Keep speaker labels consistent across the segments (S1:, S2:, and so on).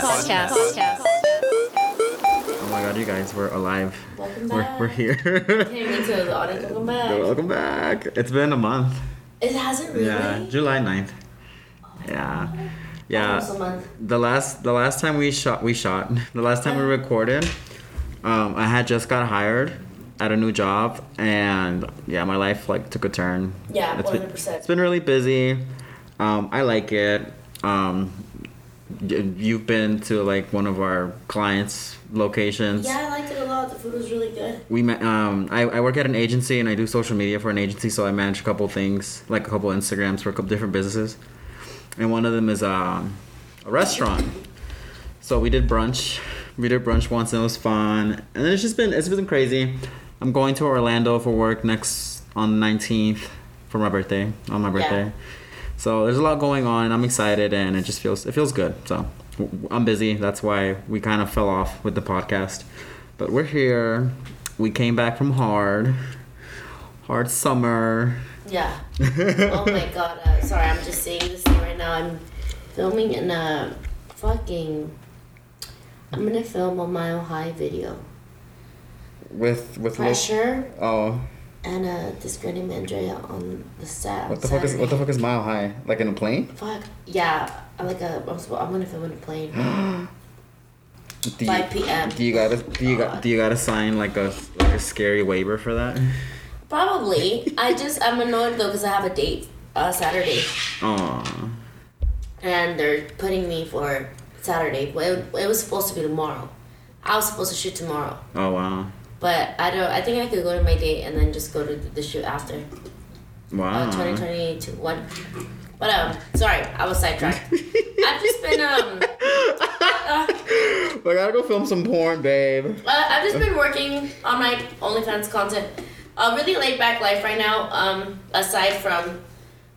S1: Podcast.
S2: Oh my god, you guys, we're alive.
S1: Welcome
S2: We're,
S1: back.
S2: we're here.
S1: Hey, me too. The audience, welcome back.
S2: Welcome back. It's been a month.
S1: It hasn't really.
S2: Yeah, July 9th. Yeah.
S1: Almost a
S2: Yeah.
S1: month.
S2: The last the last time we shot we shot. The last time we recorded, um, I had just got hired at a new job and yeah, my life like took a turn.
S1: Yeah,
S2: It's been-
S1: 100%.
S2: It's been really busy. Um, I like it. Um, y- you've been to like one of our clients' locations.
S1: Yeah, I liked it a lot. The food was really good.
S2: we ma- um I, I work at an agency and I do social media for an agency, so I manage a couple things, like a couple Instagrams for a couple different businesses, and one of them is um, a restaurant. So we did brunch, we did brunch once and it was fun, and then it's just been it's been crazy. I'm going to Orlando for work next on the 19th for my birthday on my birthday. So there's a lot going on, and I'm excited, and it just feels it feels good. So w- w- I'm busy. That's why we kind of fell off with the podcast, but we're here. We came back from hard, hard summer.
S1: Yeah. oh my god. Uh, sorry, I'm just seeing this thing right now. I'm filming in a fucking. I'm gonna film a mile high video.
S2: With with lo-
S1: Pressure
S2: oh,
S1: and uh, this Granny Mandrea on the set.
S2: what the fuck is what the fuck is mile high? Like in a plane?
S1: Fuck yeah! I Like a, I'm, supposed, I'm gonna film in a plane.
S2: Do you,
S1: 5 p.m..
S2: Do you gotta do you
S1: Oh.
S2: got do you gotta sign like a like a scary waiver for that?
S1: Probably. I just I'm annoyed though because I have a date uh, Saturday,
S2: Aww.
S1: and they're putting me for Saturday. Well, it, it was supposed to be tomorrow. I was supposed to shoot tomorrow,
S2: Oh wow.
S1: but I don't. I think I could go to my date and then just go to the shoot after
S2: Wow.
S1: uh,
S2: Mm-hmm.
S1: 2020 to one. But um, sorry, I was sidetracked. I've just been um, uh,
S2: I gotta go film some porn, babe.
S1: Uh, I've just been working on my OnlyFans content. A really laid back life right now. Um, aside from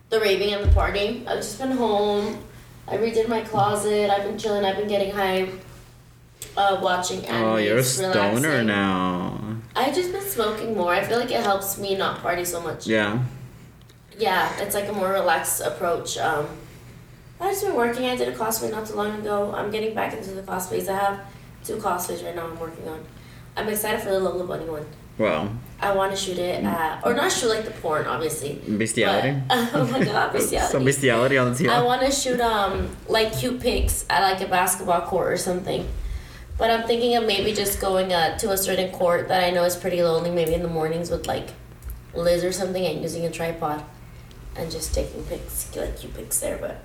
S1: the raving and the partying, I've just been home. I redid my closet. I've been chilling. I've been getting high. Uh, watching anime.
S2: Oh, you're a
S1: It's
S2: stoner
S1: relaxing.
S2: now.
S1: I've just been smoking more. I feel like it helps me not party so much.
S2: Yeah.
S1: Yeah, it's like a more relaxed approach. Um, I've just been working. I did a cosplay not too long ago. I'm getting back into the cosplays. I have two cosplays right now I'm working on. I'm excited for the Lola Bunny one.
S2: Well,
S1: I want to shoot it at, or not shoot like the porn, obviously.
S2: bestiality.
S1: But, oh my god,
S2: Some
S1: bestiality.
S2: bestiality on the TL.
S1: I want to shoot um like cute pics at like a basketball court or something. But I'm thinking of maybe just going uh, to a certain court that I know is pretty lonely, maybe in the mornings with like Liz or something and using a tripod and just taking pics, like cute pics there. But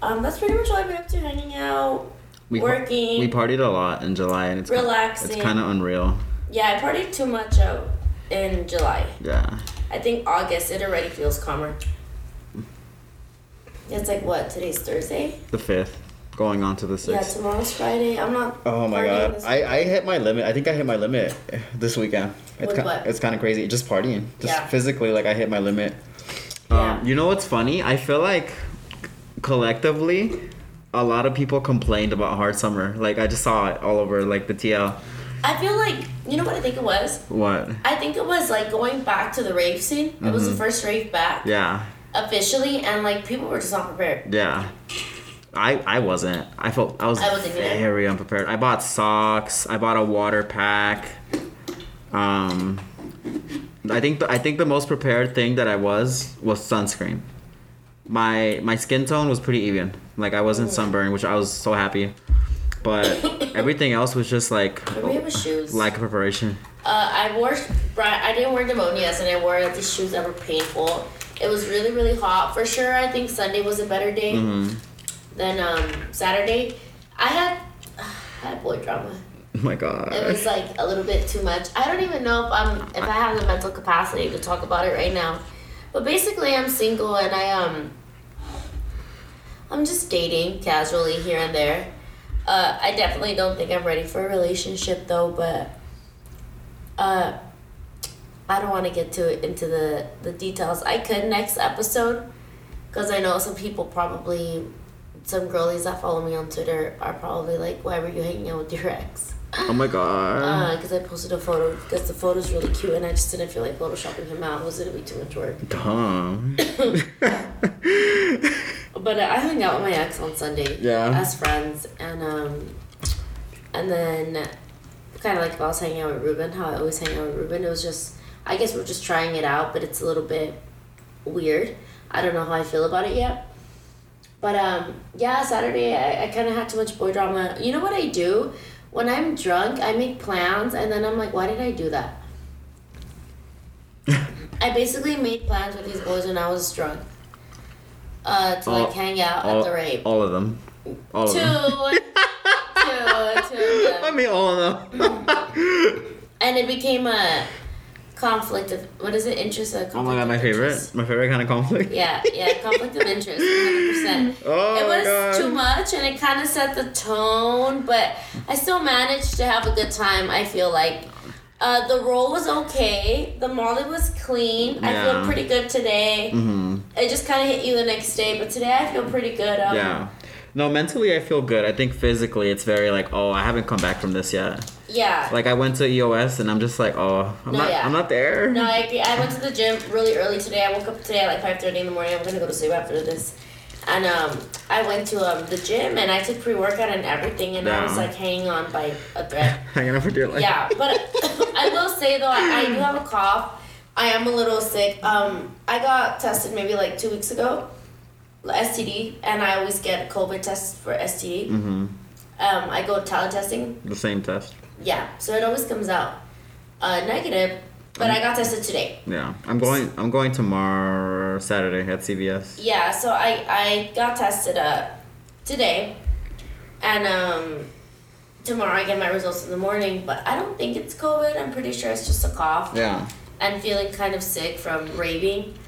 S1: um, that's pretty much all I've been up to hanging out,
S2: we par-
S1: working.
S2: we partied a lot in July, and it's ki-
S1: Relaxing.
S2: it's kind of unreal.
S1: yeah, I partied too much out in July.
S2: Yeah.
S1: I think August, it already feels calmer. It's like what? Today's Thursday?
S2: The fifth, going on to the
S1: Yeah,
S2: sixth.
S1: tomorrow's Friday. I'm not.
S2: Oh my
S1: partying
S2: god,
S1: this-
S2: I, I hit my limit. I think I hit my limit this weekend. It's
S1: With
S2: kind
S1: what?
S2: it's kind of crazy. Just partying, just
S1: Yeah.
S2: physically, like I hit my limit.
S1: Yeah.
S2: Um, you know what's funny? I feel like collectively, a lot of people complained about hard summer. Like I just saw it all over, like the TL.
S1: I feel like, you know what I think it was?
S2: What?
S1: I think it was like going back to the rave scene. It was the first rave back
S2: Yeah,
S1: officially, and like people were just not prepared.
S2: yeah. I I wasn't. I felt I was
S1: I wasn't either.
S2: very unprepared. I bought socks. I bought a water pack. Um, I think the, I think the most prepared thing that I was was sunscreen. My my skin tone was pretty even. Like I wasn't sunburned, which I was so happy. But everything else was just like
S1: Maybe it was shoes.
S2: lack of preparation.
S1: Uh, I wore, bri- I didn't wear demonias, and I wore these shoes that were painful. It was really, really hot for sure. I think Sunday was a better day
S2: Mm-hmm. Mm.
S1: than um, Saturday. I had, I had boy drama.
S2: Oh my god.
S1: It was uh, like a little bit too much. I don't even know if I'm if I have the mental capacity to talk about it right now. But basically, I'm single and I um I'm just dating casually here and there. Uh, I definitely don't think I'm ready for a relationship though, but uh, I don't want to get to into the the details. I could next episode because I know some people probably. Some girlies that follow me on Twitter are probably like, "Why were you hanging out with your ex?"
S2: oh my god.
S1: because Uh, I posted a photo because the photo's really cute and I just didn't feel like photoshopping him out. It was gonna be too much work.
S2: Dumb.
S1: But uh, I hung out with my ex on Sunday
S2: Yeah.
S1: as friends and um, and then kind of like if I was hanging out with Ruben, how I always hang out with Ruben. It was just, I guess we're just trying it out, but it's a little bit weird. I don't know how I feel about it yet. But um, yeah, Saturday I, I kind of had too much boy drama. You know what I do? When I'm drunk, I make plans, and then I'm like, why did I do that? I basically made plans with these boys when I was drunk. Uh, to
S2: All-
S1: like hang out
S2: all,
S1: at the rape.
S2: all of them. All
S1: two,
S2: of them.
S1: two, two of them.
S2: I mean, all of them.
S1: and it became a conflict of what is it interest a
S2: oh my god, my favorite, my favorite kind of conflict.
S1: yeah yeah conflict of interest 100%
S2: Oh
S1: it
S2: my
S1: was
S2: God.
S1: too much and it kind of set the tone but i still managed to have a good time i feel like uh, the roll was okay the molly was clean i
S2: Yeah.
S1: feel pretty good today
S2: hmm
S1: it just kind of hit you the next day but today i feel pretty good um,
S2: Yeah. No, mentally I feel good. I think physically it's very like, oh, I haven't come back from this yet.
S1: yeah
S2: Like I went to EOS and I'm just like, oh, I'm
S1: No,
S2: not,
S1: yeah.
S2: I'm not there.
S1: No, I, agree. I went to the gym really early today. I woke up today at like five thirty in the morning. I'm gonna go to sleep after this. And um, I went to um, the gym and I took pre workout and everything, and I was
S2: Yeah.
S1: like hanging on by a thread.
S2: Hanging out for dear life.
S1: yeah, but I will say though, I, I do have a cough. I am a little sick. Um, I got tested maybe like two weeks ago, STD, and I always get COVID tests for STD.
S2: hmm
S1: Um, I go teletesting.
S2: The same test.
S1: Yeah, so it always comes out uh, negative, but I got tested today.
S2: Yeah. I'm going. I'm going tomorrow Saturday at CVS.
S1: Yeah, so I I got tested uh today, and um tomorrow I get my results in the morning. But I don't think it's COVID. I'm pretty sure it's just a cough
S2: Yeah.
S1: and feeling kind of sick from raving.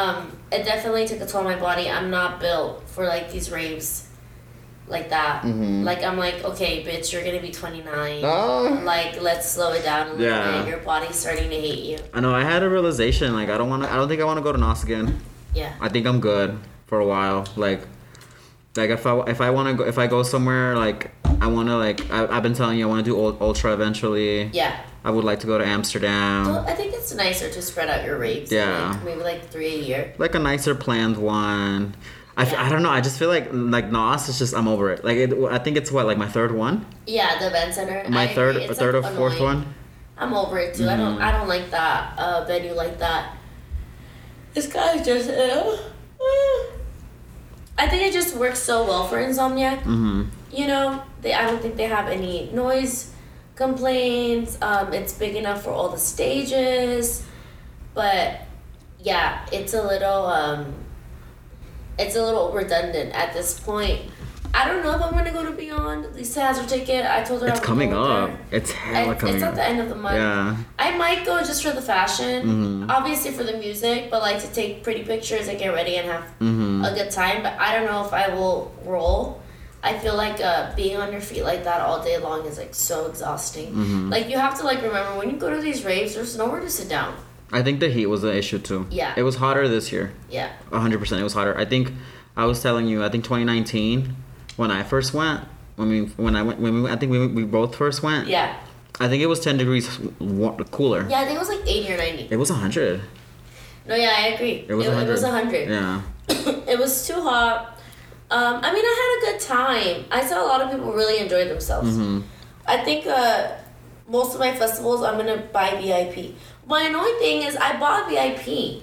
S1: Um, it definitely took a toll on my body. I'm not built for like these raves, like that.
S2: Mhm.
S1: Like I'm like okay, bitch, you're gonna be 29.
S2: Oh.
S1: Like let's slow it down a little
S2: Yeah.
S1: bit. Your body's starting to hate you.
S2: I know. I had a realization. Like I don't want to. I don't think I want to go to Nos again.
S1: Yeah.
S2: I think I'm good for a while. Like, like if I if I want to go if I go somewhere like I want to like I, I've been telling you I want to do ul- ultra eventually.
S1: Yeah.
S2: I would like to go to Amsterdam.
S1: Well, I think it's nicer to spread out your raves.
S2: Yeah.
S1: Like, maybe like three a year.
S2: Like a nicer planned one. I, f- I don't know. I just feel like like Nos is just I'm over it. Like it, I think it's what like my third one,
S1: Yeah, the event center.
S2: my
S1: I agree.
S2: third
S1: It's,
S2: third
S1: like,
S2: or fourth
S1: annoying.
S2: one.
S1: I'm over it too. I don't.
S2: Mm-hmm.
S1: I don't like that uh, venue like that. This guy just. Uh, I think it just works so well for Insomniac.
S2: Mm-hmm.
S1: You know, they. I don't think they have any noise complaints. Um, it's big enough for all the stages, but yeah, it's a little. Um, it's a little redundant at this point. I don't know if I'm gonna go to Beyond. Lisa has her ticket. I told her
S2: It's
S1: I'm
S2: coming
S1: going
S2: up.
S1: with her.
S2: It's hella
S1: I-
S2: coming
S1: it's at
S2: up.
S1: the end of the month.
S2: Yeah.
S1: I might go just for the fashion,
S2: Mhm.
S1: obviously for the music, but like to take pretty pictures and get ready and have
S2: Mm-hmm.
S1: a good time. But I don't know if I will roll. I feel like uh, being on your feet like that all day long is like so exhausting.
S2: Mhm.
S1: Like you have to like remember when you go to these raves, there's nowhere to sit down.
S2: I think the heat was an issue too.
S1: Yeah.
S2: It was hotter this year.
S1: Yeah,
S2: 100% it was hotter i think i was telling you i think 2019 when i first went when we when i went when we i think we, we both first went
S1: yeah,
S2: i think it was 10 degrees wa- cooler
S1: yeah. I think it was like eighty or ninety.
S2: it was 100
S1: No, yeah, I agree.
S2: it was
S1: it
S2: 100
S1: was hundred.
S2: yeah
S1: it was too hot. Um, I mean, I had a good time. I saw a lot of people really enjoy themselves.
S2: hmm
S1: I think uh, most of my festivals I'm gonna buy VIP. My annoying thing is I bought VIP,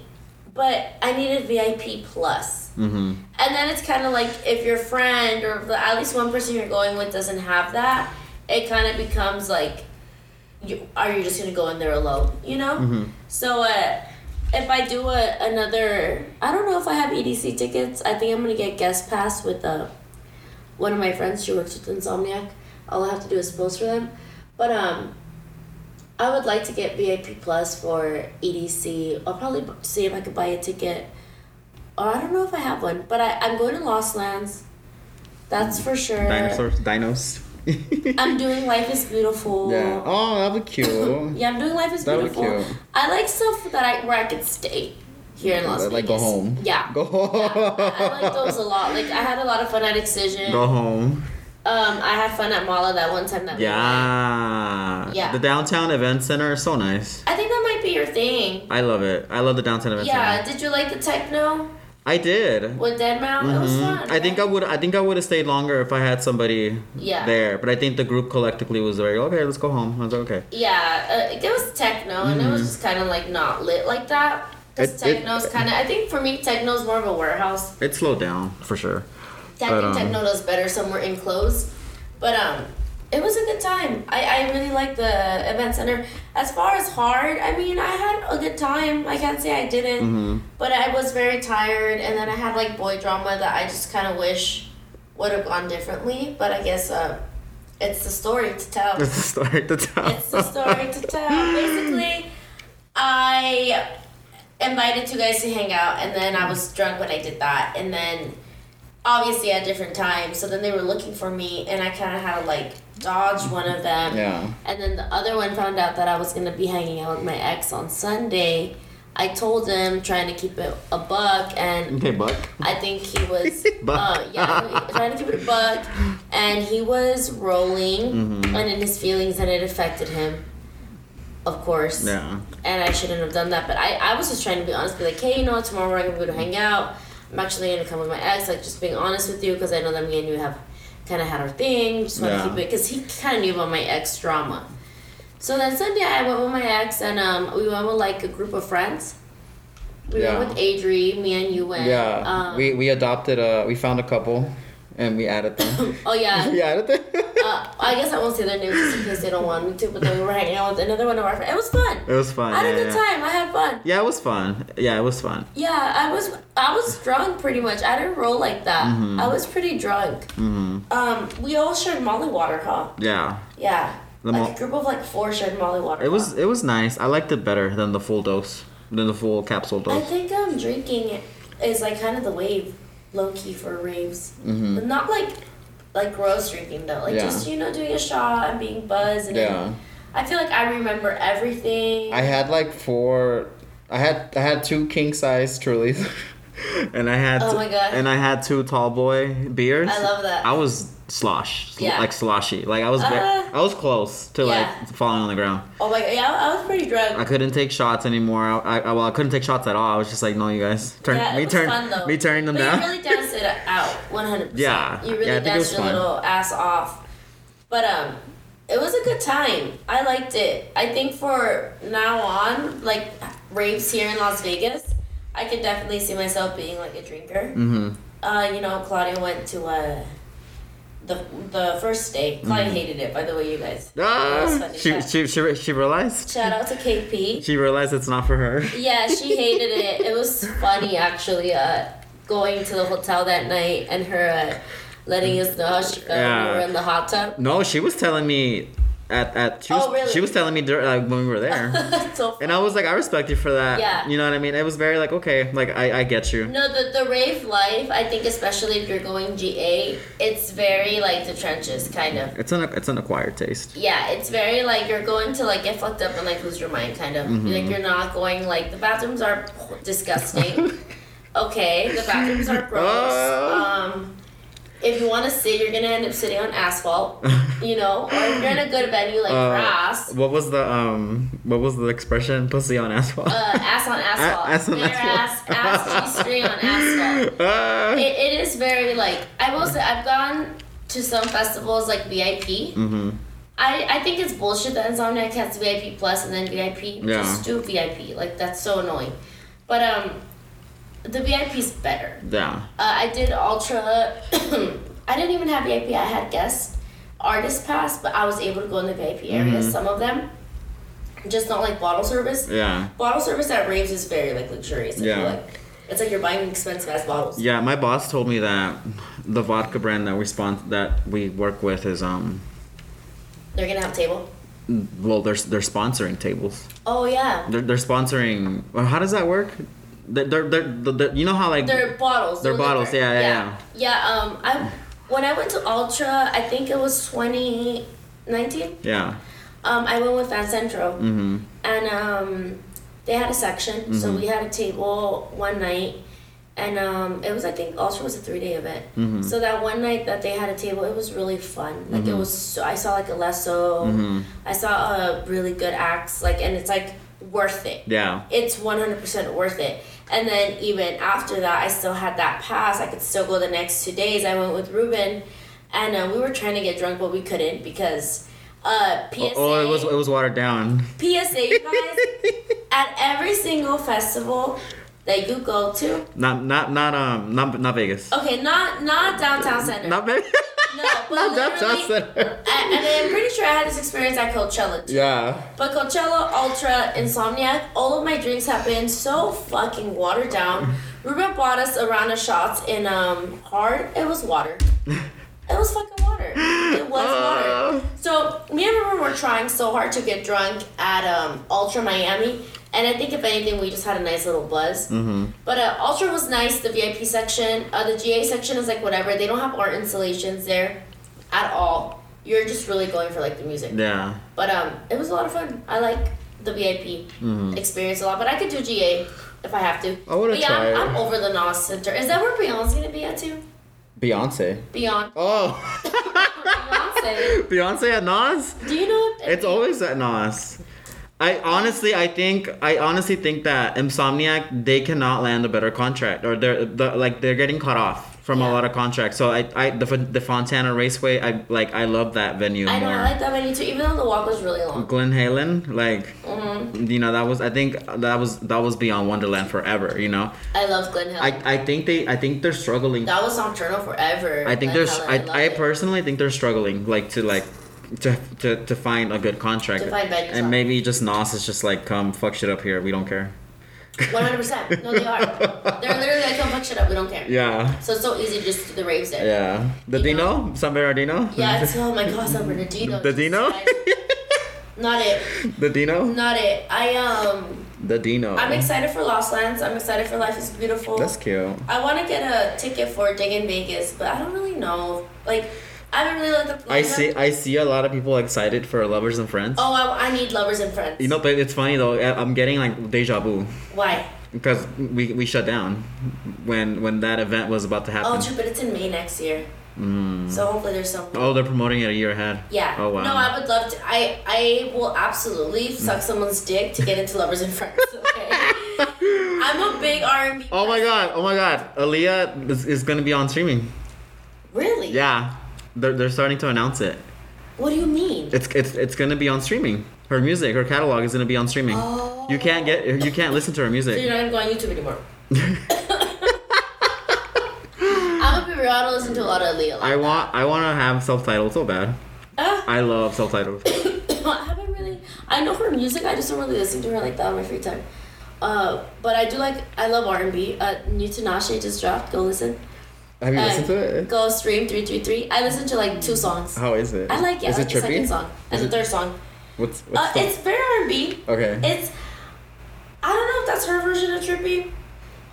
S1: but I needed VIP plus.
S2: hmm
S1: And then it's kind of like if your friend or the, at least one person you're going with doesn't have that, it kind of becomes like, you, are you just gonna go in there alone? You know.
S2: hmm
S1: So uh, if I do a, another, I don't know if I have EDC tickets. I think I'm gonna get guest pass with uh, one of my friends. She works with Insomniac. All I have to do is post for them. But um, I would like to get VIP plus for EDC. I'll probably b- see if I could buy a ticket. Or I don't know if I have one, but I, I'm going to Lost Lands. That's for sure.
S2: dinosaurs dinos
S1: I'm doing Life is Beautiful.
S2: yeah oh that'd be cute
S1: Yeah, I'm doing Life is
S2: That'd be
S1: Beautiful.
S2: cute.
S1: I like stuff that I where I could stay here in Las Vegas.
S2: like go home
S1: Yeah.
S2: go
S1: I, I like
S2: home
S1: those a lot. Like I had a lot of fun at Excision.
S2: go home
S1: Um, I had fun at Mala that one time. That we went.
S2: yeah
S1: Yeah.
S2: the downtown event center is so nice
S1: I think that might be your thing.
S2: i love it i love the downtown event center
S1: Yeah. Did you like the techno?
S2: I did.
S1: With Dead Mount, it was
S2: Mhm.
S1: fun.
S2: I think I
S1: right?
S2: would. I think I would have stayed longer if I had somebody
S1: Yeah.
S2: there. But I think the group collectively was very okay. Let's go home. I was like, okay.
S1: Yeah, uh, it was techno, and it was
S2: Mhm.
S1: just kind of like not lit like that. 'Cause
S2: It- it-
S1: techno's kind of. I think for me, techno's more of a warehouse.
S2: It slowed down for sure. But,
S1: I think
S2: um,
S1: techno does better somewhere enclosed. But um, it was a good time. I, I really like the event center. As far as hard, I mean, I had a good time. I can't say I didn't,
S2: hmm
S1: but I was very tired, and then I had like boy drama that I just kind of wish would have gone differently. But I guess uh, it's the story to tell.
S2: It's the story to tell.
S1: It's the story to tell. Basically, I invited you guys to hang out, and then I was drunk when I did that, and then obviously at different times. So then they were looking for me, and I kind of had to like dodge one of them.
S2: yeah.
S1: And then the other one found out that I was gonna be hanging out with my ex on Sunday. I told him, trying to keep it a buck, and
S2: Okay, Buck.
S1: I think he was
S2: Buck.
S1: uh, yeah, trying to keep it a buck, and he was rolling
S2: Mhm.
S1: and in his feelings, and it affected him, of course.
S2: Yeah.
S1: And I shouldn't have done that, but I, I was just trying to be honest, be like, hey, you know, what, tomorrow we're gonna go to hang out. I'm actually gonna come with my ex, like just being honest with you, because I know that me and you have kind of had our thing. Just want to
S2: Yeah.
S1: keep it, because he kind of knew about my ex drama. So then Sunday, I went with my ex, and um, we went with like a group of friends. We
S2: Yeah.
S1: went with Adri, me and you went.
S2: Yeah.
S1: Um,
S2: we we adopted a. We found a couple, and we added them.
S1: Oh yeah.
S2: we added them.
S1: Uh, I guess I won't say their names just in case they don't want me to. But then we were hanging out with another one of our friends. It was fun.
S2: it was fun.
S1: I had a
S2: yeah,
S1: good
S2: yeah.
S1: time. I had fun.
S2: Yeah, it was fun. Yeah, it was fun.
S1: Yeah, I was I was drunk pretty much. I didn't roll like that.
S2: Mhm.
S1: I was pretty drunk.
S2: hmm
S1: Um, we all shared Molly water, huh?
S2: Yeah,
S1: Yeah.
S2: The
S1: like
S2: mo-
S1: a group of like four shared Molly water.
S2: it was
S1: huh?
S2: it was nice. I liked it better than the full dose, than the full capsule
S1: I
S2: dose.
S1: think um drinking is like kind of the wave, low key for raves.
S2: hmm
S1: But not like like gross drinking though. Like
S2: Yeah.
S1: just you know doing a shot and being buzzed. And
S2: Yeah,
S1: I feel like I remember everything.
S2: I had like four. I had I had two king size Trulies, and I had
S1: Oh my God.
S2: and I had two tall boy beers.
S1: I love that.
S2: I was slosh, sl-
S1: Yeah.
S2: like sloshy. Like I was ve-
S1: Uh,
S2: I was close to
S1: yeah.
S2: like falling on the ground.
S1: Oh my god, yeah, I was pretty
S2: I
S1: drunk.
S2: couldn't take shots anymore. I, I well I couldn't take shots at all. I was just like, no, you guys turn
S1: Yeah, it
S2: me
S1: was
S2: turn
S1: fun, though.
S2: me turning them
S1: But
S2: down.
S1: you really danced it out, one hundred percent.
S2: Yeah,
S1: you really
S2: yeah, I think it was
S1: danced your
S2: fun.
S1: little ass off. But um, it was a good time. I liked it. I think for now on, like raves here in Las Vegas, I could definitely see myself being like a drinker.
S2: mm-hmm.
S1: Uh, you know, Claudia went to uh, the the first day. Claudia
S2: Mm.
S1: hated it, by the way, you guys. It was
S2: Ah,
S1: funny,
S2: she,
S1: but-
S2: she, she, she realized.
S1: Shout out to KP.
S2: She realized it's not for her.
S1: Yeah, she hated it. It was funny actually. Uh, going to the hotel that night and her uh, letting us know how she felt when we were
S2: Yeah.
S1: in the hot tub.
S2: No, she was telling me at, at she was,
S1: Oh, really?
S2: she was telling me dur- like, when we were there.
S1: so
S2: and I was like, I respect you for that.
S1: Yeah.
S2: You know what I mean? It was very like, okay, like I, I get you.
S1: no, the, the rave life. I think especially if you're going GA, it's very like the trenches kind of.
S2: It's an it's an acquired taste.
S1: Yeah, it's very like you're going to like get fucked up and like lose your mind kind of. Like you're not going like the bathrooms are disgusting. okay, the bathrooms are gross.
S2: Ah.
S1: um, if you want to sit, you're gonna end up sitting on asphalt. You know, or if you're in a good venue like
S2: Uh,
S1: grass,
S2: What was the um what was the expression? Pussy on asphalt.
S1: uh, ass on asphalt,
S2: ass on
S1: bare
S2: asphalt.
S1: ass, ass G string on asphalt.
S2: Ah.
S1: It, it is very like I will say I've gone to some festivals like VIP.
S2: Mhm.
S1: I, I think it's bullshit that Insomniac has VIP plus and then VIP.
S2: Yeah.
S1: Just do VIP. Like that's so annoying. But um, the VIP's better.
S2: Yeah.
S1: Uh, I did ultra. I didn't even have VIP. I had guest artist pass, but I was able to go in the VIP area.
S2: Mhm.
S1: Some of them, just not like bottle service.
S2: Yeah.
S1: Bottle service at raves is very like luxurious. I feel
S2: Yeah.
S1: like. It's like you're buying expensive ass bottles.
S2: Yeah, my boss told me that the vodka brand that we sponsor that we work with is um
S1: They're gonna have a table.
S2: well they're they're sponsoring tables.
S1: Oh yeah.
S2: They're, they're sponsoring. well, How does that work? They're, they're, they're, they're- you know how like
S1: They're bottles.
S2: They're
S1: they're
S2: bottles,
S1: liquor.
S2: yeah, yeah,
S1: yeah. Yeah, um, I when I went to Ultra, I think it was 2019.
S2: yeah.
S1: Um, I went with Fan Centro,
S2: hmm
S1: and um, they had a section, so
S2: Mm-hmm.
S1: we had a table one night, and um, it was I think Ultra was a three day event.
S2: Mhm.
S1: So that one night that they had a table, it was really fun. Like
S2: Mm-hmm.
S1: it was, so, I saw like Alesso,
S2: Mhm.
S1: I saw a really good acts, like, and it's like worth it
S2: Yeah.
S1: it's 100% worth it. And then even after that, I still had that pass. I could still go the next two days. I went with Ruben, and uh, we were trying to get drunk, but we couldn't because uh, PSA.
S2: Oh, it was it was watered down.
S1: PSA, you guys. at every single festival that you go to,
S2: Not not not um not not Vegas.
S1: okay, not not downtown center.
S2: Not Vegas.
S1: No, but
S2: not downtown
S1: literally-
S2: center.
S1: I, I mean, I'm pretty sure I had this experience at Coachella too.
S2: Yeah.
S1: But Coachella, Ultra, Insomniac, all of my drinks have been so fucking watered down. Ruben bought us a round of shots in um hard. It was water. It was fucking water. It was
S2: Uh.
S1: water. So me and Ruben were trying so hard to get drunk at um Ultra Miami. And I think if anything, we just had a nice little buzz.
S2: Mm.
S1: Mm-hmm. But uh, Ultra was nice. The VIP section, uh, the GA section is like whatever. They don't have art installations there at all. You're just really going for like the music.
S2: Yeah.
S1: But um, it was a lot of fun. I like the VIP experience a lot, but I could do GA if I have to.
S2: Mm-hmm. I wanna
S1: But yeah,
S2: try
S1: I'm,
S2: it.
S1: I'm over the NOS Center. Is that where Beyonce's gonna be at too?
S2: Beyonce.
S1: Beyond
S2: Oh.
S1: Beyonce.
S2: Beyonce at Nas.
S1: Do you know? What,
S2: It's always at Nas. I honestly, I think, I honestly think that Insomniac they cannot land a better contract, or they're the, like they're getting cut off from a
S1: Yeah.
S2: lot of contracts. So I, I the, Fon- the Fontana Raceway, I like, I love that venue
S1: I know.
S2: more.
S1: I like that venue too, even though the walk was really long.
S2: Glenn Halen, like,
S1: Mm-hmm.
S2: you know, that was I think that was that was beyond Wonderland forever. You know,
S1: I love Glen Hill.
S2: I, I think they, I think they're struggling.
S1: that was nocturnal forever.
S2: I think
S1: Glen
S2: there's,
S1: Helen,
S2: I,
S1: love
S2: I,
S1: it.
S2: personally think they're struggling, like to like, to to, to find a good contract.
S1: To find venues out.
S2: and maybe just Nas is just like, come fuck shit up here. We don't care.
S1: 100%. No, they are. They're literally like, come fuck shit up. We don't care.
S2: Yeah.
S1: So it's so easy to just do the raves there.
S2: Yeah. The
S1: Dino?
S2: Dino, San Bernardino.
S1: Yeah, it's, oh my god, San Bernardino.
S2: The Dino.
S1: Jesus Christ. Not it.
S2: the Dino.
S1: Not it. I um.
S2: The Dino.
S1: I'm excited for Lost Lands. I'm excited for Life is Beautiful.
S2: That's cute.
S1: I want to get a ticket for Dig in Vegas, but I don't really know. Like, I haven't really looked up.
S2: I
S1: lineup.
S2: see. I see a lot of people excited for Lovers and Friends.
S1: Oh, I, I need lovers and friends.
S2: You know, but it's funny though. I- I'm getting like deja vu
S1: why?
S2: because we, we shut down when when that event was about to happen.
S1: Oh, true, but it's in May next year,
S2: Mm.
S1: so hopefully there's some.
S2: Oh, they're promoting it a year ahead.
S1: Yeah.
S2: Oh wow. Hmm.
S1: No, I would love to. I I will absolutely suck someone's dick to get into lovers and friends. Okay. I'm a big R&B.
S2: oh my god. Oh my god. Aaliyah is, is gonna be on streaming.
S1: Really?
S2: Yeah. They're, they're starting to announce it.
S1: What do you mean?
S2: It's it's it's gonna be on streaming. Her music, her catalog is gonna be on streaming.
S1: Oh.
S2: You can't get you can't listen to her
S1: So you're
S2: music.
S1: not gonna go on YouTube anymore. I'm gonna be real. I don't listen to a lot of Leo.
S2: I want I want to have subtitles so bad.
S1: Uh,
S2: I love subtitles.
S1: I haven't really. I know her music. I just don't really listen to her like that on my free time. Uh, but I do like. I love R and B. Uh, New Tinashe just dropped. Go listen.
S2: Have you
S1: Uh,
S2: listened to it?
S1: Go stream three three three. I listened to like two songs.
S2: How is it?
S1: I like it.
S2: Is
S1: I
S2: it
S1: like the second
S2: trippy?
S1: song and
S2: Is
S1: the
S2: it-
S1: third song.
S2: What's what's
S1: Uh,
S2: the-
S1: it's very R and B.
S2: okay?
S1: It's I don't know if that's her version of trippy,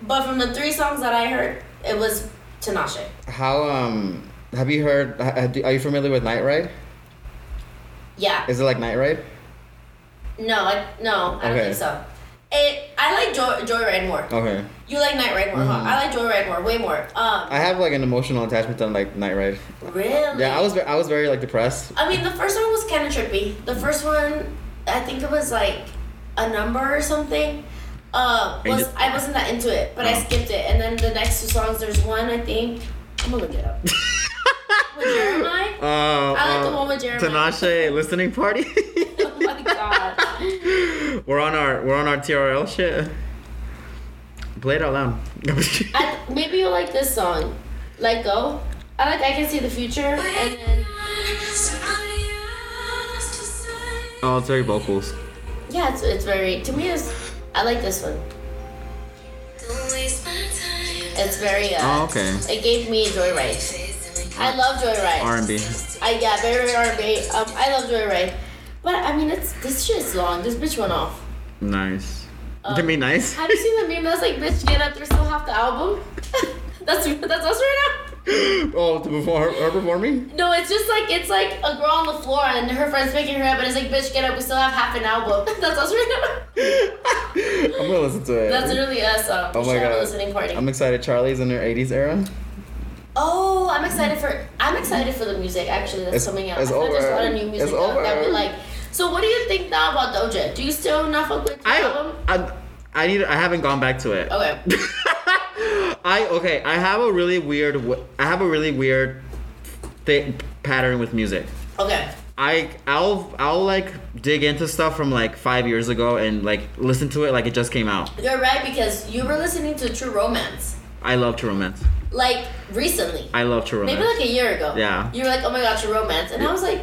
S1: but from the three songs that I heard, it was Tinashe.
S2: How um have you heard? ha- ha- do- Are you familiar with Night Ride?
S1: Yeah.
S2: Is it like Night Ride?
S1: No, I, no, I don't
S2: Okay. Oh.
S1: think so. It, I like Joy, Joyride more.
S2: Okay,
S1: You like Night Ride more,
S2: Mhm.
S1: huh? I like Joyride more, way more. Um,
S2: I have like an emotional attachment to like Night Ride.
S1: really?
S2: Yeah, I was ve- I was very like depressed.
S1: I mean, the first one was kind of trippy. The first one, I think it was like a number or something. Uh,
S2: And
S1: was
S2: you-
S1: I wasn't that into it, but I
S2: Oh.
S1: skipped it. And then the next two songs, there's one I think I'm gonna look it up. With Jeremiah.
S2: Uh,
S1: I like
S2: uh,
S1: the one with Jeremiah.
S2: Tinashe listening party.
S1: oh my god.
S2: we're on our we're on our TRL shit. Play it out loud.
S1: I, maybe you like this song, Let Go. I like I Can See the Future, and then
S2: oh, it's very vocals.
S1: yeah, it's, it's very to me. It's, I like this one. It's very. Uh,
S2: Oh, okay.
S1: It gave me Joyride. I love Joyride.
S2: R and B.
S1: I yeah, very very R&B. Um, I love Joyride, but I mean it's this shit's long. This bitch went off.
S2: Nice.
S1: Um,
S2: Give me nice.
S1: Have you seen the meme that's like, bitch, get up, there's still half the album? that's that's us right now.
S2: oh, to perform her, her performing?
S1: No, it's just like it's like a girl on the floor and her friend's picking her up and it's like, bitch, get up, we still have half an album. That's us right now.
S2: I'm gonna listen to it.
S1: That's really us. Um,
S2: Oh
S1: we
S2: my
S1: should have a
S2: God.
S1: listening party.
S2: I'm excited. Charlie's in her 80s era.
S1: oh, I'm excited for I'm excited for the music actually that's
S2: It's-
S1: coming out.
S2: it's
S1: I heard There's a lot of
S2: over.
S1: new music
S2: It's
S1: out that we
S2: over.
S1: like. So what do you think now about Doja? Do you still not fuck with the
S2: I,
S1: album?
S2: I I need. I haven't gone back to it.
S1: Okay.
S2: I okay. I have a really weird. w- I have a really weird thi- pattern with music.
S1: Okay.
S2: I I'll I'll like dig into stuff from like five years ago and like listen to it like it just came out.
S1: You're right because you were listening to True Romance
S2: I love True Romance.
S1: like recently,
S2: I love True Romance.
S1: maybe like a year ago.
S2: Yeah.
S1: You were like, oh my god, True Romance, and I was like.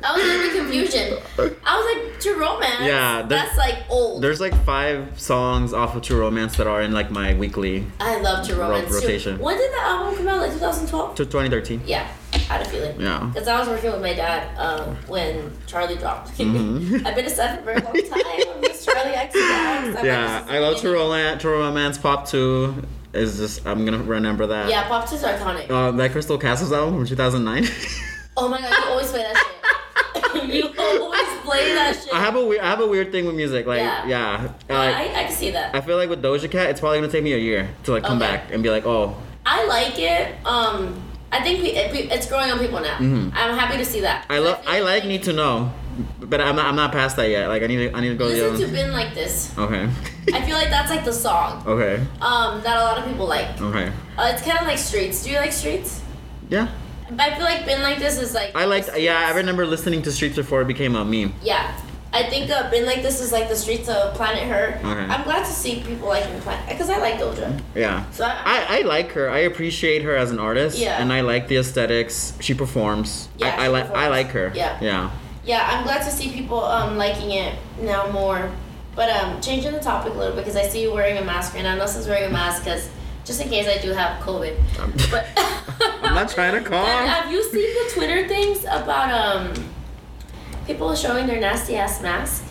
S1: I was in the confusion. I was like, True Romance?
S2: Yeah, there-
S1: That's like old.
S2: There's like five songs off of True Romance that are in like my weekly
S1: I love True
S2: Ro-
S1: Romance. too.
S2: rotation.
S1: When did the album come out? Like 2012?
S2: to 2013.
S1: Yeah, I had a feeling.
S2: Yeah.
S1: Because I was working with my dad um, when Charlie dropped.
S2: Mm-hmm.
S1: I've been a set for a very long time. I'm just Charlie X. and X. I'm
S2: Yeah,
S1: like, this is
S2: I love True
S1: amazing.
S2: Romance. True Romance Pop Two is just I'm gonna remember that.
S1: Yeah, Pop 2 is iconic.
S2: Uh, that Crystal Castles album from 2009.
S1: oh my god, you always play that shit. you always play that shit.
S2: I have a weird I have a weird thing with music. Like
S1: Yeah.
S2: yeah,
S1: I,
S2: like,
S1: I can see that.
S2: I feel like with Doja Cat, it's probably gonna take me a year to like come
S1: Okay.
S2: back and be like, oh,
S1: I like it. Um, I think we, it, we- it's growing on people now.
S2: Mhm.
S1: I'm happy to see that.
S2: I love I like Need to Know, but I'm not I'm not past that yet. Like I need to I need to go to
S1: Listen to
S2: the
S1: Been Like This.
S2: other. Okay.
S1: I feel like that's like the song
S2: okay.
S1: um, that a lot of people like.
S2: Okay.
S1: Uh, it's kind of like Streets. Do you like Streets?
S2: Yeah.
S1: I feel like Been Like This is like.
S2: I liked yeah, I remember listening to Streets before it became a meme.
S1: Yeah. I think uh, Been Like This is like the streets of Planet Her.
S2: Okay.
S1: I'm glad to see people liking Planet because I like Doja.
S2: Yeah.
S1: So I,
S2: I, I like her. I appreciate her as an artist.
S1: Yeah.
S2: And I like the aesthetics. She performs.
S1: Yeah,
S2: I, I
S1: she
S2: like I
S1: performs.
S2: like her.
S1: Yeah.
S2: Yeah.
S1: yeah, I'm glad to see people um, liking it now more. But um, changing the topic a little bit because I see you wearing a mask right now. Nelson's wearing a mask because just in case I do have COVID.
S2: Um,
S1: But
S2: I'm not trying to cough.
S1: And have you seen the Twitter things about um people showing their nasty ass mask?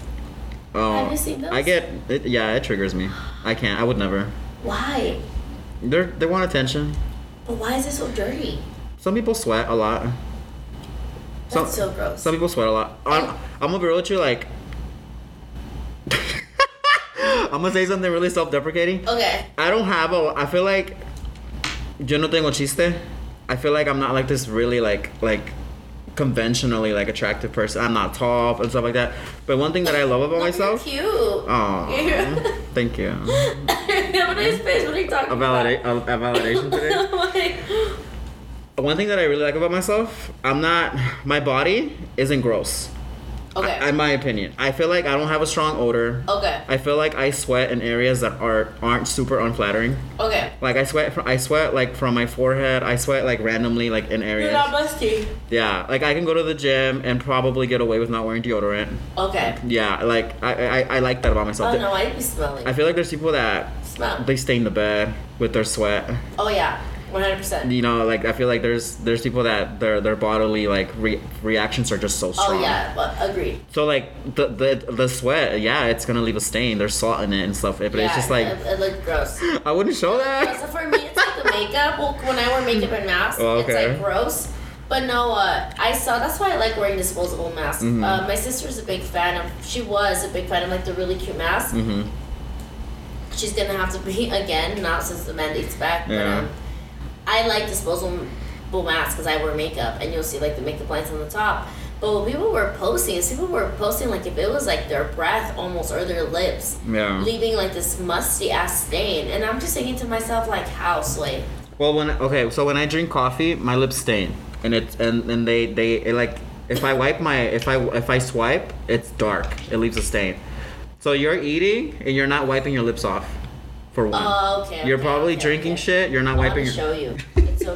S2: Oh,
S1: Have you seen those?
S2: I get it, yeah, it triggers me. I can't. I would never.
S1: Why?
S2: They they want attention.
S1: But why is it so dirty?
S2: Some people sweat a lot. Some
S1: That's so gross.
S2: some people sweat a lot. I'm, I'm gonna be real with you. Like, I'm gonna say something really self-deprecating.
S1: okay.
S2: I don't have a. I feel like yo no tengo chiste. I feel like I'm not like this really like like conventionally like attractive person. I'm not tall and stuff like that. But one thing that I love about
S1: Look, you're
S2: myself.
S1: Cute.
S2: Oh, thank you.
S1: have a nice face. What are you talking
S2: A, valida- a, a validation today.
S1: about? Like,
S2: One thing that I really like about myself, I'm not. My body isn't gross.
S1: okay.
S2: In my opinion, I feel like I don't have a strong odor.
S1: okay.
S2: I feel like I sweat in areas that are aren't super unflattering.
S1: Okay.
S2: Like I sweat, fr- I sweat like from my forehead. I sweat like randomly, like in
S1: You're
S2: areas.
S1: not musty.
S2: Yeah, like I can go to the gym and probably get away with not wearing deodorant.
S1: Okay.
S2: Yeah, like I, I, I like that about myself.
S1: Oh no, I'd be smelling.
S2: I feel like there's people that
S1: Smell.
S2: they stain the bed with their sweat.
S1: Oh yeah, 100%.
S2: You know, like I feel like there's there's people that their their bodily like re- reactions are just so strong.
S1: Oh yeah, but agreed.
S2: So like the the the sweat, yeah, it's gonna leave a stain. There's salt in it and stuff. But
S1: yeah,
S2: it's just like
S1: it, it looked gross.
S2: I wouldn't show that.
S1: so for me, it's like the makeup. Well, when I wear makeup and masks,
S2: Oh, okay.
S1: it's like gross. But no, uh, I saw. That's why I like wearing disposable masks.
S2: Mhm.
S1: Uh, my sister's a big fan of. She was a big fan of like the really cute mask.
S2: Mm-hmm.
S1: she's gonna have to be again, not since the mandate's back.
S2: Yeah.
S1: But um, I like disposable masks because I wear makeup, and you'll see like the makeup lines on the top. But what people were posting is people were posting like if it was like their breath almost or their lips,
S2: Yeah.
S1: leaving like this musty ass stain, and I'm just thinking to myself like how slay.
S2: Well, when okay, so when I drink coffee, my lips stain, and it's and and they they it like if I wipe my if I if I swipe, it's dark. It leaves a stain. So you're eating and you're not wiping your lips off, for one.
S1: Oh, okay.
S2: you're
S1: okay,
S2: probably
S1: okay,
S2: drinking
S1: okay.
S2: shit. You're not
S1: I
S2: wiping.
S1: want to
S2: Your,
S1: show you. It's so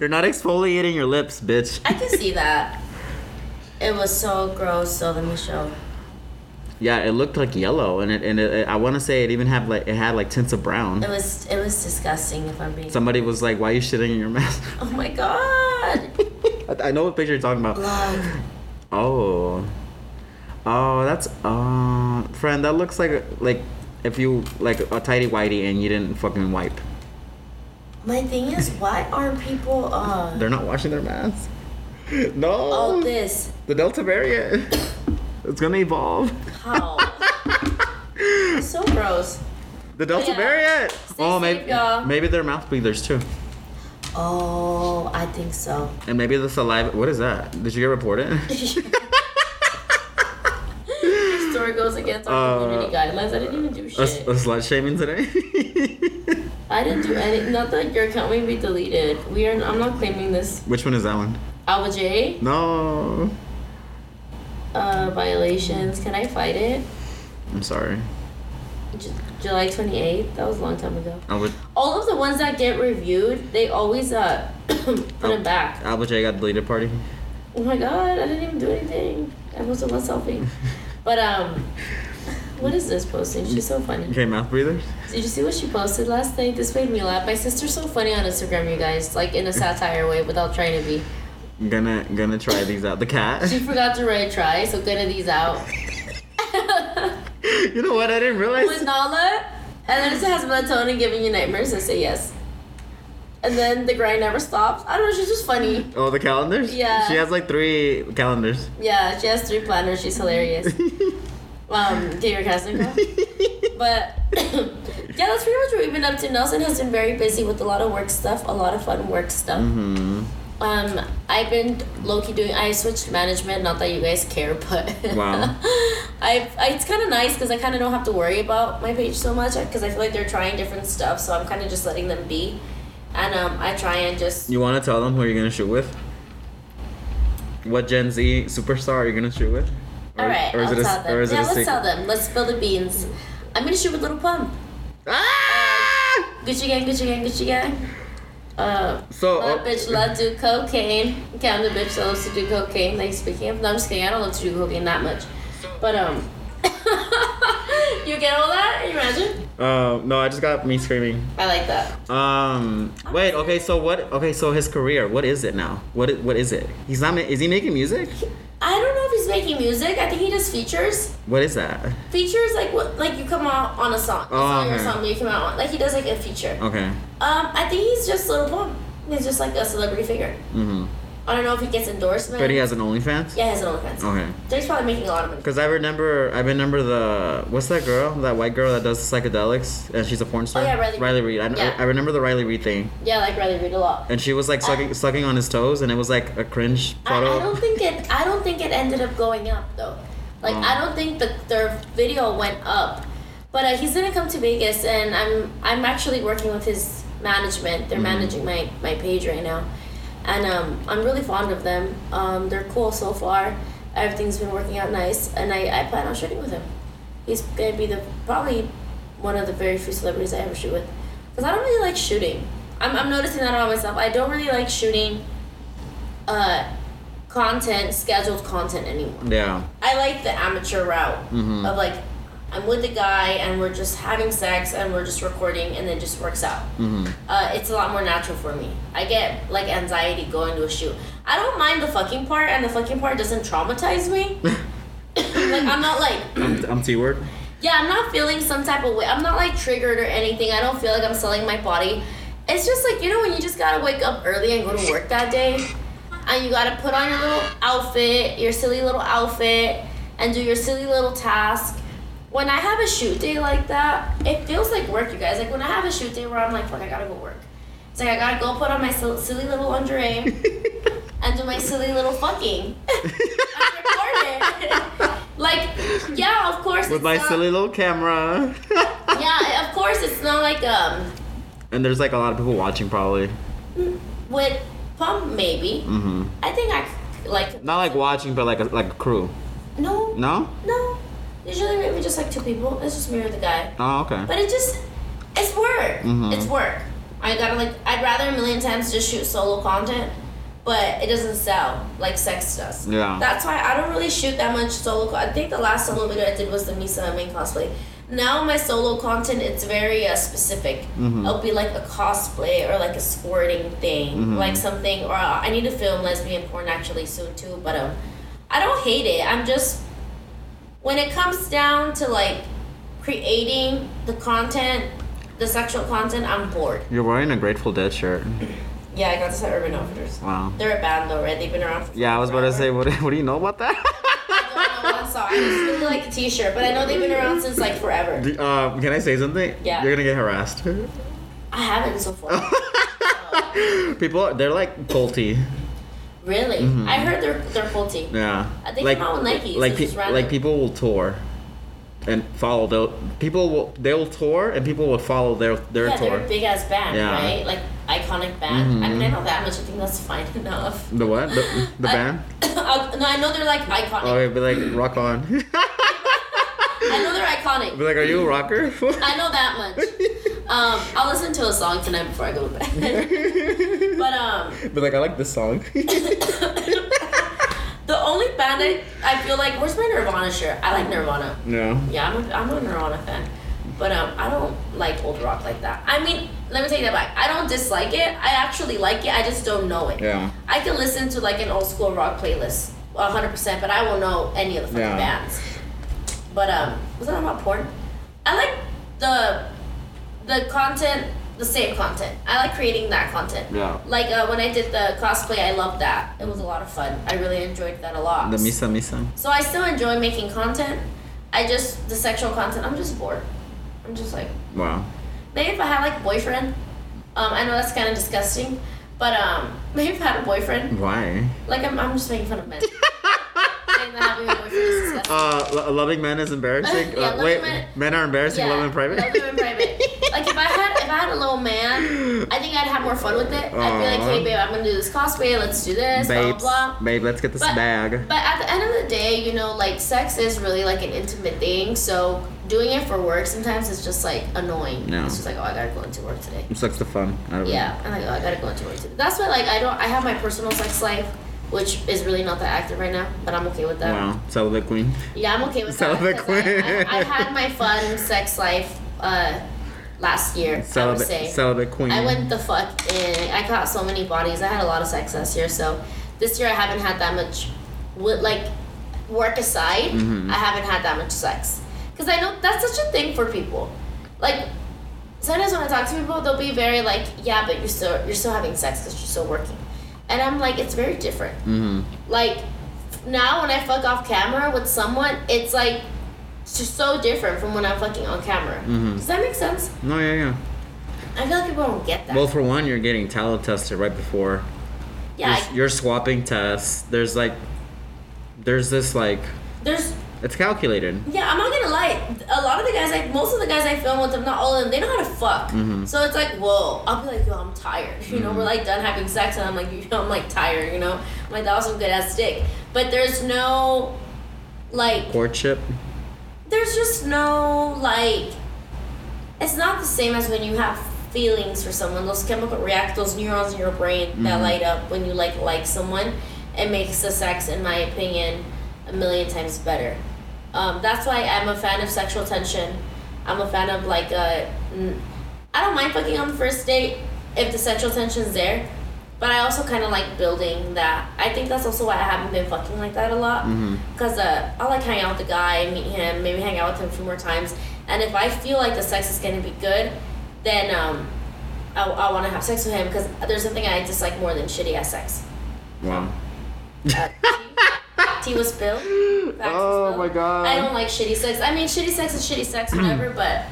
S2: you're not exfoliating your lips, bitch.
S1: I can see that. It was so gross. So let me show.
S2: Yeah, it looked like yellow, and it and it, I want to say it even had like it had like tints of
S1: It
S2: brown.
S1: was it was disgusting. If I'm being
S2: Somebody was like, "Why are you shitting in your mouth?"
S1: Oh my god!
S2: I, I know what picture you're talking about.
S1: Love.
S2: Oh. Oh, that's uh friend, that looks like like if you like a tidy whitey and you didn't fucking wipe.
S1: My thing is, why aren't people uh
S2: They're not washing their masks. No.
S1: all this?
S2: The Delta variant. it's gonna evolve.
S1: How? so gross.
S2: The Delta
S1: Yeah.
S2: variant. oh,
S1: safe,
S2: maybe
S1: y'all.
S2: maybe they're mouth breathers too,
S1: Oh, I think so.
S2: and maybe the saliva. What is that? Did you get reported?
S1: Story goes again. That's our community guidelines. I didn't even do
S2: A, a
S1: shit.
S2: slut shaming today.
S1: I didn't do any. Not that your account may be deleted. We are. I'm not claiming this.
S2: Which one is that one?
S1: Alba J.
S2: No,
S1: Uh, violations. Can I fight it?
S2: I'm sorry.
S1: J- July 28th. That was a long time ago.
S2: I would.
S1: All of the ones that get reviewed, they always uh put them back.
S2: Alba J got deleted party.
S1: Oh my god! I didn't even do anything. I posted one selfie. But um, what is this posting? She's so funny.
S2: Okay, mouth breathers.
S1: Did you see what she posted last night? This made me laugh. My sister's so funny on Instagram, you guys. Like in a satire way, without trying to be.
S2: Gonna gonna try these out. The cat.
S1: She forgot to write try, so good at these out.
S2: you know what? I didn't
S1: With
S2: realize.
S1: Nala, and then it says has melatonin giving you nightmares. I say yes. And then the grind never stops. I don't know. She's just funny.
S2: Oh, the calendars.
S1: Yeah.
S2: She has like three calendars.
S1: Yeah, she has three planners. She's hilarious. Um, get your casting call. But yeah, that's pretty much what we've been up to. Nelson has been very busy with a lot of work stuff, a lot of fun work stuff.
S2: hmm
S1: Um, I've been low key doing. I switched management. Not that you guys care, but
S2: Wow.
S1: I, I it's kind of nice because I kind of don't have to worry about my page so much because I feel like they're trying different stuff. So I'm kind of just letting them be, and um, I try and just
S2: You want to tell them who you're gonna shoot with? What Gen Z superstar are you gonna shoot with? Or-
S1: all right.
S2: Or is
S1: I'll
S2: it a,
S1: tell them.
S2: or is
S1: yeah,
S2: it a
S1: let's
S2: secret?
S1: tell them. Let's spill the beans. I'm gonna shoot with Little Pump.
S2: Ah!
S1: Gucci gang, Gucci gang, Gucci gang. Uh,
S2: So, oh.
S1: love bitch love to do cocaine. Cam the bitch that loves to do cocaine. Like speaking of, no, I'm just kidding. I don't love to do cocaine that much, but um, you get all that? Can you imagine?
S2: Uh, no, I just got me screaming.
S1: I like that.
S2: Um, wait. Okay, so what? Okay, so his career. What is it now? What? i- What is it? He's not. ma- Is he making music?
S1: I don't know if he's making music. I think he does features.
S2: What is that?
S1: Features like what? Like you come out on a song, a
S2: Oh,
S1: song or
S2: okay. Oh.
S1: something you come out on. Like he does like a feature.
S2: Okay.
S1: Um, I think he's just little pump. He's just like a celebrity figure.
S2: Mhm.
S1: I don't know if he gets endorsement.
S2: But he has an OnlyFans.
S1: Yeah, he has an OnlyFans.
S2: Okay.
S1: So he's probably making a lot of money.
S2: Cause I remember, I remember the what's that girl? That white girl that does psychedelics, and she's a porn star.
S1: Oh, yeah, Riley
S2: Reid.
S1: Reid.
S2: I,
S1: Yeah.
S2: I remember the Riley Reid thing,
S1: Yeah, like Riley Reid a lot.
S2: and she was like sucking, sucking on his toes, and it was like a cringe
S1: Oh. I,
S2: photo.
S1: I don't think it. I don't think it ended up going up though. Like
S2: Oh.
S1: I don't think the their video went up. But uh, he's gonna come to Vegas, and I'm I'm actually working with his management. They're managing my my page right now, and um, I'm really fond of them. Um, they're cool so far. Everything's been working out nice, and I, I plan on shooting with him. He's gonna be the probably one of the very few celebrities I ever shoot with, because I don't really like shooting. I'm I'm noticing that about myself. I don't really like shooting. Uh, content, scheduled content anymore.
S2: yeah.
S1: I like the amateur route
S2: Mhm.
S1: of like, I'm with the guy and we're just having sex and we're just recording and it just works out.
S2: hmm
S1: Uh, it's a lot more natural for me. I get like anxiety going to a shoot. I don't mind the fucking part and the fucking part doesn't traumatize me. like, I'm not like,
S2: I'm, I'm T word.
S1: yeah, I'm not feeling some type of way. I'm not like triggered or anything. I don't feel like I'm selling my body. It's just like, you know, when you just gotta wake up early and go to work that day, and you gotta put on your little outfit, your silly little outfit, and do your silly little task. When I have a shoot day like that, it feels like work, you guys. Like when I have a shoot day where I'm like, fuck, I gotta go work. It's like I gotta go put on my sil- silly little lingerie and do my silly little fucking. and record it. like, yeah, of course.
S2: With
S1: it's
S2: my
S1: not-
S2: silly little camera.
S1: yeah, of course it's not like um
S2: And there's like a lot of people watching probably.
S1: with pump maybe.
S2: hmm
S1: I think I c- like
S2: Not like watching, but like a, like a crew.
S1: no
S2: No?
S1: no. Usually maybe just like two people. It's just me or the guy.
S2: Oh, okay.
S1: But it just it's work.
S2: Mhm.
S1: It's work. I gotta like I'd rather a million times just shoot solo content, but it doesn't sell like sex does.
S2: Yeah.
S1: That's why I don't really shoot that much solo. co- I think the last solo video I did was the Misa main cosplay. Now my solo content it's very uh, specific.
S2: Mhm.
S1: It'll be like a cosplay or like a squirting thing,
S2: Mhm.
S1: like something. Or uh, I need to film lesbian porn actually soon too. But um, I don't hate it. I'm just when it comes down to like creating the content, the sexual content, I'm bored.
S2: You're wearing a Grateful Dead shirt.
S1: Yeah, I got this at Urban Outfitters.
S2: Wow.
S1: They're a band though, right? They've been around. For
S2: Yeah, I was about to
S1: forever.
S2: say, what, what do you know about that?
S1: I don't know what song. Oh, I just really like the T-shirt, but I know they've been around since like forever.
S2: Do- uh, can I say something?
S1: Yeah.
S2: You're gonna get harassed.
S1: I haven't so far.
S2: People, they're like culty.
S1: Really? I heard they're they're faulty.
S2: Mm-hmm. Yeah.
S1: I think
S2: like,
S1: I'm Uh, out with Nikes,
S2: Like,
S1: it's just
S2: pe-
S1: random.
S2: like people will tour. and follow the people will they'll tour and people will follow their their
S1: yeah,
S2: tour.
S1: they're a big ass band,
S2: Yeah.
S1: right? Like iconic band. I mean, I
S2: Mhm.
S1: know that much. I think that's fine enough.
S2: The what? The, the
S1: I-
S2: band?
S1: I- no, I know they're like iconic.
S2: Oh, it'd be like rock on. be
S1: I know they're iconic.
S2: like, are you a rocker?
S1: I know that much. Um, I'll listen to a song tonight before I go to bed.
S2: be
S1: but um,
S2: like, I like this song.
S1: the only band I, I feel like where's my Nirvana shirt? I like Nirvana.
S2: no.
S1: Yeah, I'm a, I'm a Nirvana fan, but um, I don't like old rock like that. I mean, let me take that back. I don't dislike it. I actually like it. I just don't know it.
S2: Yeah.
S1: I can listen to like an old school rock playlist, 100, percent but I won't know any of the fucking
S2: Yeah.
S1: bands. But um, was that about porn? I like the the content, the same content. I like creating that content.
S2: Yeah.
S1: Like uh, when I did the cosplay, I loved that. It was a lot of fun. I really enjoyed that a lot.
S2: The misa misa.
S1: So I still enjoy making content. I just the sexual content. I'm just bored. I'm just like
S2: Wow.
S1: maybe if I had like a boyfriend. Um, I know that's kind of disgusting, but um, maybe if I had a boyfriend,
S2: Why?
S1: like I'm, I'm just making fun of men. Saying that having a boyfriend is disgusting.
S2: Uh, lo- loving men is embarrassing.
S1: Yeah,
S2: Uh,
S1: loving
S2: wait,
S1: men-
S2: men are embarrassing. Love in private.
S1: Love him in private. like if I had if I had a little man, I think I'd have more fun with it. I'd be like,
S2: Aw.
S1: hey babe, I'm gonna do this cosplay. Let's do this. Blah
S2: Babes,
S1: blah. blah.
S2: babe, let's get this
S1: But-
S2: bag.
S1: But at the end of the day, you know, like sex is really like an intimate thing. So doing it for work sometimes it's just like annoying.
S2: No.
S1: It's just like, oh, I gotta go into work today.
S2: Sucks the fun out of it.
S1: Yeah, I'm like, oh, I gotta go into work today. That's why, like, I don't. I have my personal sex life, which is really not that active right now, but I'm okay with that.
S2: Wow. Celibate queen.
S1: Yeah, I'm okay with that.
S2: Celibate
S1: 'cause I-
S2: queen.
S1: I, I, had my fun sex life uh, last year. I would say.
S2: Celibate, celibate queen.
S1: I went the fuck in. I caught so many bodies. I had a lot of sex last year, so this year I haven't had that much. With like work aside,
S2: Mhm.
S1: I haven't had that much sex because I know that's such a thing for people. Like sometimes when I talk to people, they'll be very like, "Yeah, but you're still you're still having sex because you're still working," and I'm like, "It's very different."
S2: Mm-hmm.
S1: Like now when I fuck off camera with someone, it's like it's just so different from when I'm fucking on camera.
S2: Mhm.
S1: Does that make sense?
S2: No, yeah, yeah.
S1: I feel like people don't get that.
S2: Well, for one, you're getting talent tested right before.
S1: yeah, I-
S2: You're, you're swapping tests. There's like, there's this like,
S1: there's
S2: it's calculated.
S1: Yeah, I'm not gonna lie. A lot of the guys, like most of the guys I film with, them, not all of them, they know how to fuck.
S2: Mhm.
S1: So it's like, whoa. I'll be like, yo, I'm tired. You know, we're like done having sex, and I'm like, you know, I'm like tired. You know, I'm like that was some good ass dick. But there's no, like,
S2: Courtship.
S1: there's just no like. It's not the same as when you have feelings for someone. Those chemical react, those neurons in your brain that
S2: Mhm.
S1: light up when you like like someone. It makes the sex, in my opinion, a million times better. Um, that's why I'm a fan of sexual tension. I'm a fan of like uh, n- I don't mind fucking on the first date if the sexual tension's there, but I also kind of like building that. I think that's also why I haven't been fucking like that a lot.
S2: Mhm.
S1: Cause uh, I like hang out with the guy, meet him, maybe hang out with him a few more times, and if I feel like the sex is gonna be good, then um, I, I want to have sex with him. Cause there's nothing I dislike more than shitty ass sex.
S2: Wow.
S1: Uh, tea was spilled. Facts was
S2: Oh
S1: spilled.
S2: my God.
S1: I don't like shitty sex. I mean, shitty sex is shitty sex, whatever. but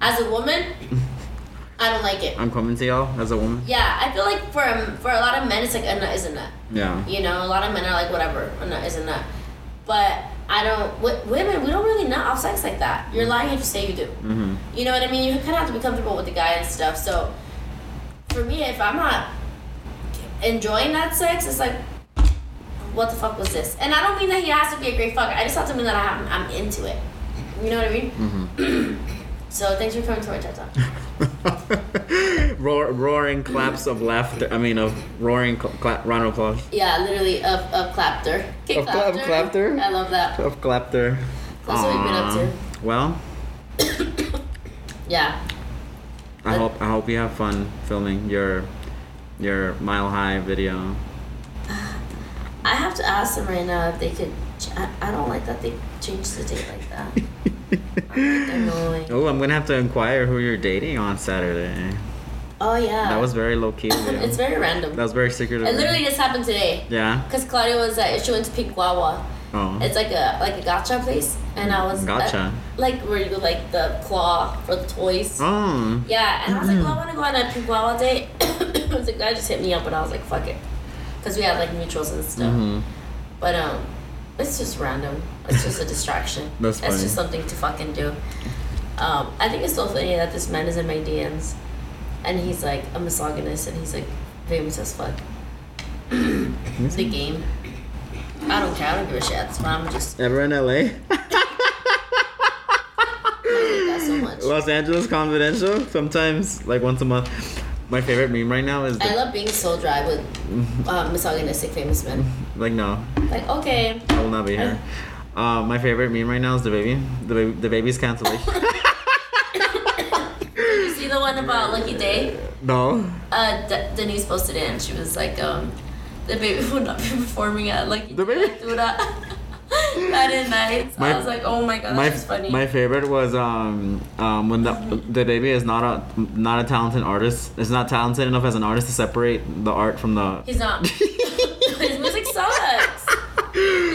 S1: as a woman, I don't like it.
S2: I'm coming to y'all as a woman.
S1: Yeah, I feel like for a, for a lot of men, it's like a nut is a nut.
S2: Yeah.
S1: You know, a lot of men are like whatever, a nut is a nut. But I don't. Wi- women, we don't really nut off sex like that.
S2: Mm.
S1: You're lying if you say you do.
S2: Mm-hmm.
S1: You know what I mean? You kind of have to be comfortable with the guy and stuff. So for me, if I'm not enjoying that sex, it's like, what the fuck was this? And I don't mean that he has to be a great fucker. I just have to mean that I have, I'm into it. You know what I mean?
S2: Mm-hmm.
S1: So thanks for coming to my TED Talk.
S2: Mm-hmm. Roar, roaring claps of laughter. I mean, of roaring cl- cla- round of applause.
S1: Yeah, literally of, of clapter. Okay,
S2: Of clap- clapter? Oh.
S1: I love that.
S2: Of clapter.
S1: That's what we've been
S2: Aw.
S1: up
S2: Well,
S1: Yeah.
S2: I
S1: But-
S2: hope I hope you have fun filming your your mile high video.
S1: I have to ask them right now if they could. ch- I, I don't like that they changed the date like that. annoying.
S2: oh, I'm gonna have to inquire who you're dating on Saturday.
S1: Oh, yeah.
S2: That was very low key.
S1: It's very random.
S2: that was very secretive.
S1: It literally just happened today.
S2: Yeah.
S1: Cause Claudia was at she went to Pink Wawa.
S2: Oh.
S1: It's like a like a gotcha place, and I was
S2: Gotcha.
S1: uh, like where you go like the claw for the toys.
S2: oh.
S1: Yeah, and I was like, well, I want to go on a Pink Wawa date. I was like, guy just hit me up, and I was like, fuck it, cause we had like mutuals and stuff.
S2: Mhm.
S1: But um, It's just random. It's just a distraction.
S2: That's
S1: It's just
S2: funny.
S1: something to fucking do. Um, I think it's so funny that this man is in my DMs, and he's like a misogynist, and he's like famous as fuck. the game. I don't care. I don't give a shit. That's why I'm just.
S2: Ever in LA?
S1: I hate that so much.
S2: Los Angeles Confidential. Sometimes, like once a month. My favorite meme right now is
S1: I
S2: the,
S1: love being so dry with uh, misogynistic famous men.
S2: like no,
S1: Like okay,
S2: I will not be here. Uh, my favorite meme right now is the baby. The baby. The baby's cancellation.
S1: you see the one about Lucky Day.
S2: no.
S1: uh, De- Denise posted it and she was like, um, the baby would not be performing at like
S2: The baby?
S1: Friday nights.
S2: My-
S1: I was like, oh my god,
S2: my
S1: that's funny.
S2: my favorite was um um when the the baby is not a not a talented artist. Is not talented enough as an artist to separate the art from the.
S1: He's not. his music sucks.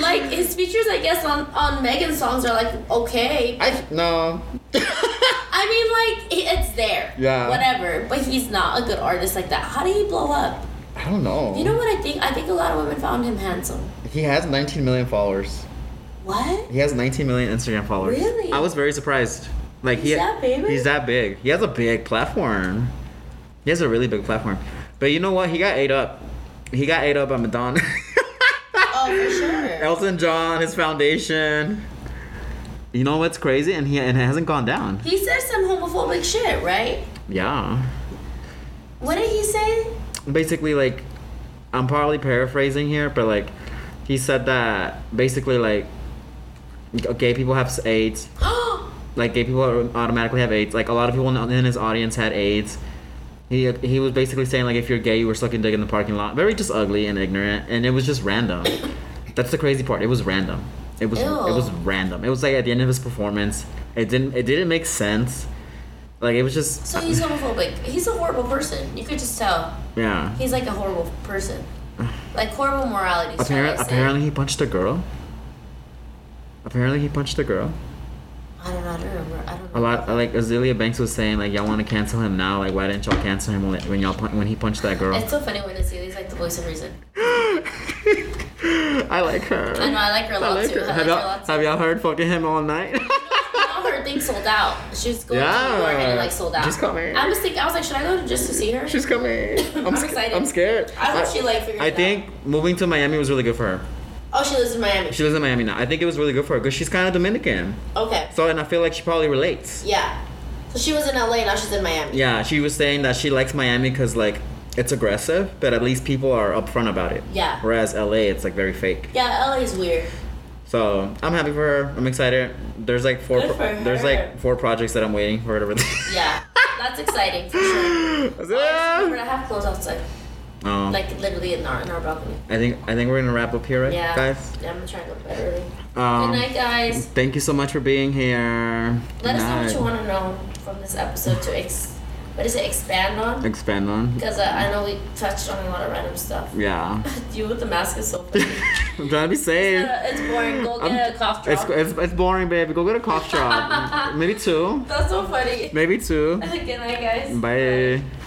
S1: Like his features, I guess, on on Megan's songs are like okay.
S2: I no.
S1: I mean, like it- it's there.
S2: Yeah.
S1: Whatever. But he's not a good artist like that. How did he blow up?
S2: I don't know.
S1: You know what I think? I think a lot of women found him handsome.
S2: He has 19 million followers.
S1: What?
S2: He has 19 million Instagram followers.
S1: Really?
S2: I was very surprised. Like he,
S1: He's that big?
S2: He's that big. He has a big platform. He has a really big platform. But you know what? He got ate up. He got ate up by Madonna,
S1: Oh, for sure.
S2: Elton John, his foundation. You know what's crazy? And he and it hasn't gone down.
S1: He said some homophobic shit, right?
S2: Yeah.
S1: What did he say?
S2: Basically, like, I'm probably paraphrasing here, but like, he said that basically like, gay people have AIDS. like gay people automatically have AIDS. Like a lot of people in in his audience had AIDS. He he was basically saying like if you're gay, you were sucking dick in the parking lot. Very just ugly and ignorant, and it was just random. That's the crazy part. It was random. It was it
S1: Ew.
S2: was random. It was like at the end of his performance, it didn't it didn't make sense. Like it was just
S1: so he's homophobic. He's a horrible person. You could just tell.
S2: yeah.
S1: He's like a horrible person. Like horrible morality. is what
S2: Apparent,
S1: I say.
S2: apparently he punched a girl. Apparently he punched a girl.
S1: I don't know. I don't remember. I don't
S2: A
S1: know.
S2: lot like Azealia Banks was saying like y'all want to cancel him now. Like why didn't y'all cancel him when when y'all pun- when he punched that girl?
S1: It's so funny when it's He's like the voice of reason.
S2: I like her.
S1: I know. I like her a lot too. I like
S2: Have
S1: her a
S2: y'all,
S1: lot too.
S2: have y'all heard fucking him all night?
S1: All her things sold out. She was going to
S2: Yeah.
S1: the door and it like sold out.
S2: She's coming.
S1: I was thinking. I was like, should I go just to see her?
S2: She's coming. I'm,
S1: I'm
S2: sc-
S1: excited.
S2: I'm scared.
S1: I hope she like figures
S2: I
S1: it out.
S2: think moving to Miami was really good for her.
S1: Oh, she lives in Miami.
S2: She lives in Miami now. I think it was really good for her because she's kind of Dominican.
S1: Okay.
S2: So and I feel like she probably relates.
S1: Yeah. So she was in LA. Now she's in Miami.
S2: Yeah, she was saying that she likes Miami because like it's aggressive, but at least people are upfront about it.
S1: Yeah.
S2: Whereas LA, it's like very fake.
S1: Yeah. LA is weird.
S2: So I'm happy for her. I'm excited. There's like four.
S1: Good
S2: pro-
S1: for
S2: There's
S1: her.
S2: like four projects that I'm waiting for her to release.
S1: Yeah. That's exciting. For sure. I just remembered I have clothes outside,
S2: Oh.
S1: like literally in our in our balcony.
S2: I think I think we're gonna wrap up here, right,
S1: Yeah,
S2: guys?
S1: Yeah, I'm gonna try and go to bed early.
S2: Um,
S1: Good night, guys.
S2: Thank you so much for being here.
S1: Let us know what you
S2: Night.
S1: want to know from this episode to ex. What is it? Expand on?
S2: Expand on.
S1: Because uh, I know we touched on a lot of random stuff.
S2: Yeah.
S1: you with the mask is so funny.
S2: I'm trying to be safe.
S1: It's not a- it's boring. Go get
S2: I'm-
S1: a cough drop.
S2: It's, it's, it's boring, baby. Go get a cough drop. Maybe two.
S1: That's so funny.
S2: Maybe two.
S1: Good night, guys.
S2: Bye.